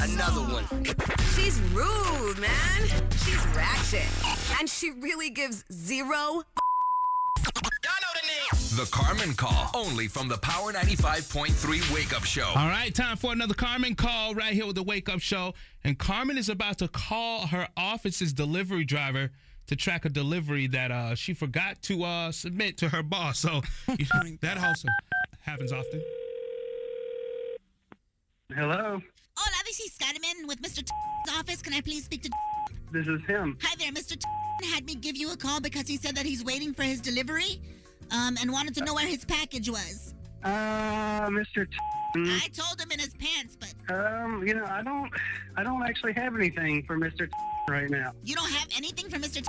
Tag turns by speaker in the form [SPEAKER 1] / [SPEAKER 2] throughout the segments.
[SPEAKER 1] Another one.
[SPEAKER 2] She's rude, man. She's ratchet. And she really gives zero.
[SPEAKER 3] The Carmen Call, only from the Power 95.3 Wake Up Show.
[SPEAKER 4] All right, time for another Carmen call right here with the Wake Up Show. And Carmen is about to call her office's delivery driver to track a delivery that uh, she forgot to uh, submit to her boss. So you know, that also happens often.
[SPEAKER 5] Hello,
[SPEAKER 6] Hola, this is Skydeman with Mr. office. Can I please speak to?
[SPEAKER 5] this is him.
[SPEAKER 6] Hi there, Mr. had me give you a call because he said that he's waiting for his delivery, um, and wanted to know where his package was.
[SPEAKER 5] Uh, Mr. T-
[SPEAKER 6] I told him in his pants, but
[SPEAKER 5] um, you know, I don't, I don't actually have anything for Mr. T- right now.
[SPEAKER 6] you don't have anything for Mr.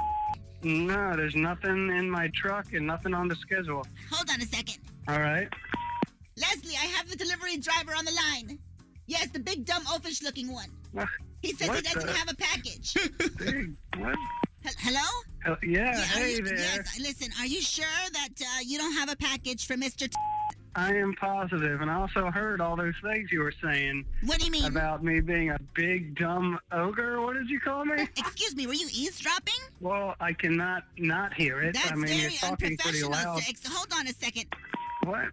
[SPEAKER 5] No, there's nothing in my truck and nothing on the schedule.
[SPEAKER 6] Hold on a second.
[SPEAKER 5] All right.
[SPEAKER 6] Leslie, I have the delivery driver on the line. Yes, the big dumb oafish looking one.
[SPEAKER 5] What?
[SPEAKER 6] He says he
[SPEAKER 5] What
[SPEAKER 6] doesn't
[SPEAKER 5] the-
[SPEAKER 6] have a package.
[SPEAKER 5] Hey, what?
[SPEAKER 6] Hel- Hello?
[SPEAKER 5] Hell, yeah,
[SPEAKER 6] Yeah, are
[SPEAKER 5] hey
[SPEAKER 6] you-
[SPEAKER 5] there.
[SPEAKER 6] Yes, listen, are you sure that uh, you don't have a package for Mr. T?
[SPEAKER 5] I am positive, and I also heard all those things you were saying
[SPEAKER 6] What do you mean?
[SPEAKER 5] about me being a big dumb ogre. What did you call me?
[SPEAKER 6] Excuse me, were you eavesdropping?
[SPEAKER 5] well, I cannot not hear it.
[SPEAKER 6] That's
[SPEAKER 5] I mean, you're
[SPEAKER 6] very
[SPEAKER 5] talking pretty
[SPEAKER 6] unprofessional,
[SPEAKER 5] loud.
[SPEAKER 6] Six. Hold on a second.
[SPEAKER 5] What?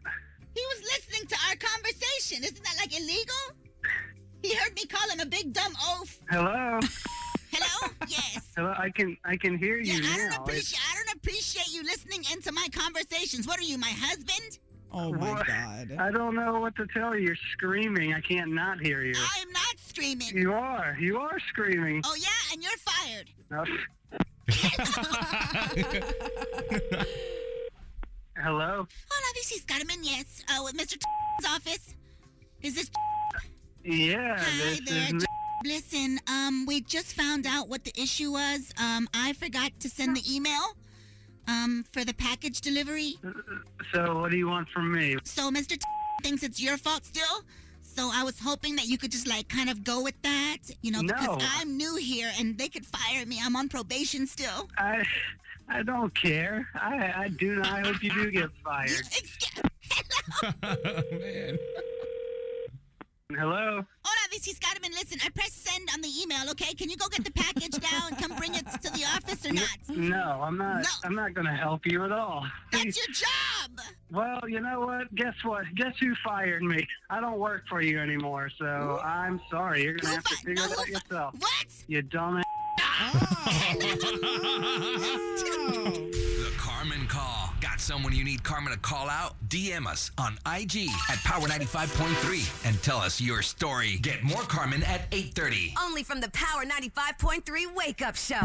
[SPEAKER 6] He was listening to our conversation. Isn't that like illegal? He heard me call him a big dumb oaf.
[SPEAKER 5] Hello.
[SPEAKER 6] Hello? yes.
[SPEAKER 5] Hello. I can I can hear you
[SPEAKER 6] Yeah, I
[SPEAKER 5] now.
[SPEAKER 6] don't
[SPEAKER 5] It's-
[SPEAKER 6] appreciate I don't appreciate you listening into my conversations. What are you, my husband?
[SPEAKER 7] Oh my
[SPEAKER 5] What?
[SPEAKER 7] God.
[SPEAKER 5] I don't know what to tell you. You're screaming. I can't not hear you.
[SPEAKER 6] I am not screaming.
[SPEAKER 5] You are. You are screaming.
[SPEAKER 6] Oh yeah, and you're fired.
[SPEAKER 5] Uh, Hello.
[SPEAKER 6] Hola, this is Carmen. Yes, uh, with Mr. office. Is this?
[SPEAKER 5] Yeah.
[SPEAKER 6] Hi
[SPEAKER 5] This
[SPEAKER 6] there.
[SPEAKER 5] is me.
[SPEAKER 6] Listen, um, we just found out what the issue was. Um, I forgot to send the email, um, for the package delivery.
[SPEAKER 5] So what do you want from me?
[SPEAKER 6] So Mr. thinks it's your fault still. So I was hoping that you could just like kind of go with that, you know,
[SPEAKER 5] No.
[SPEAKER 6] because I'm new here and they could fire me. I'm on probation still.
[SPEAKER 5] I I don't care. I I do. Not, I hope you do get fired.
[SPEAKER 6] Excuse-
[SPEAKER 4] Man.
[SPEAKER 5] Hello.
[SPEAKER 6] Hola, this is Carmen. Listen, I pressed send on the email, okay? Can you go get the package now and come bring it to the office or not?
[SPEAKER 5] No, I'm not.
[SPEAKER 6] No.
[SPEAKER 5] I'm not going to help you at all.
[SPEAKER 6] That's your job.
[SPEAKER 5] Well, you know what? Guess what? Guess who fired me? I don't work for you anymore, so I'm sorry. You're gonna
[SPEAKER 6] Who
[SPEAKER 5] have to
[SPEAKER 6] fi-
[SPEAKER 5] figure
[SPEAKER 6] no,
[SPEAKER 5] it
[SPEAKER 6] who
[SPEAKER 5] out
[SPEAKER 6] fi-
[SPEAKER 5] yourself.
[SPEAKER 6] What?
[SPEAKER 5] You dumb
[SPEAKER 7] Oh.
[SPEAKER 3] The Carmen Call. Got someone you need Carmen to call out? DM us on IG at Power 95.3 and tell us your story. Get more Carmen at 830.
[SPEAKER 2] Only from the Power 95.3 Wake Up Show.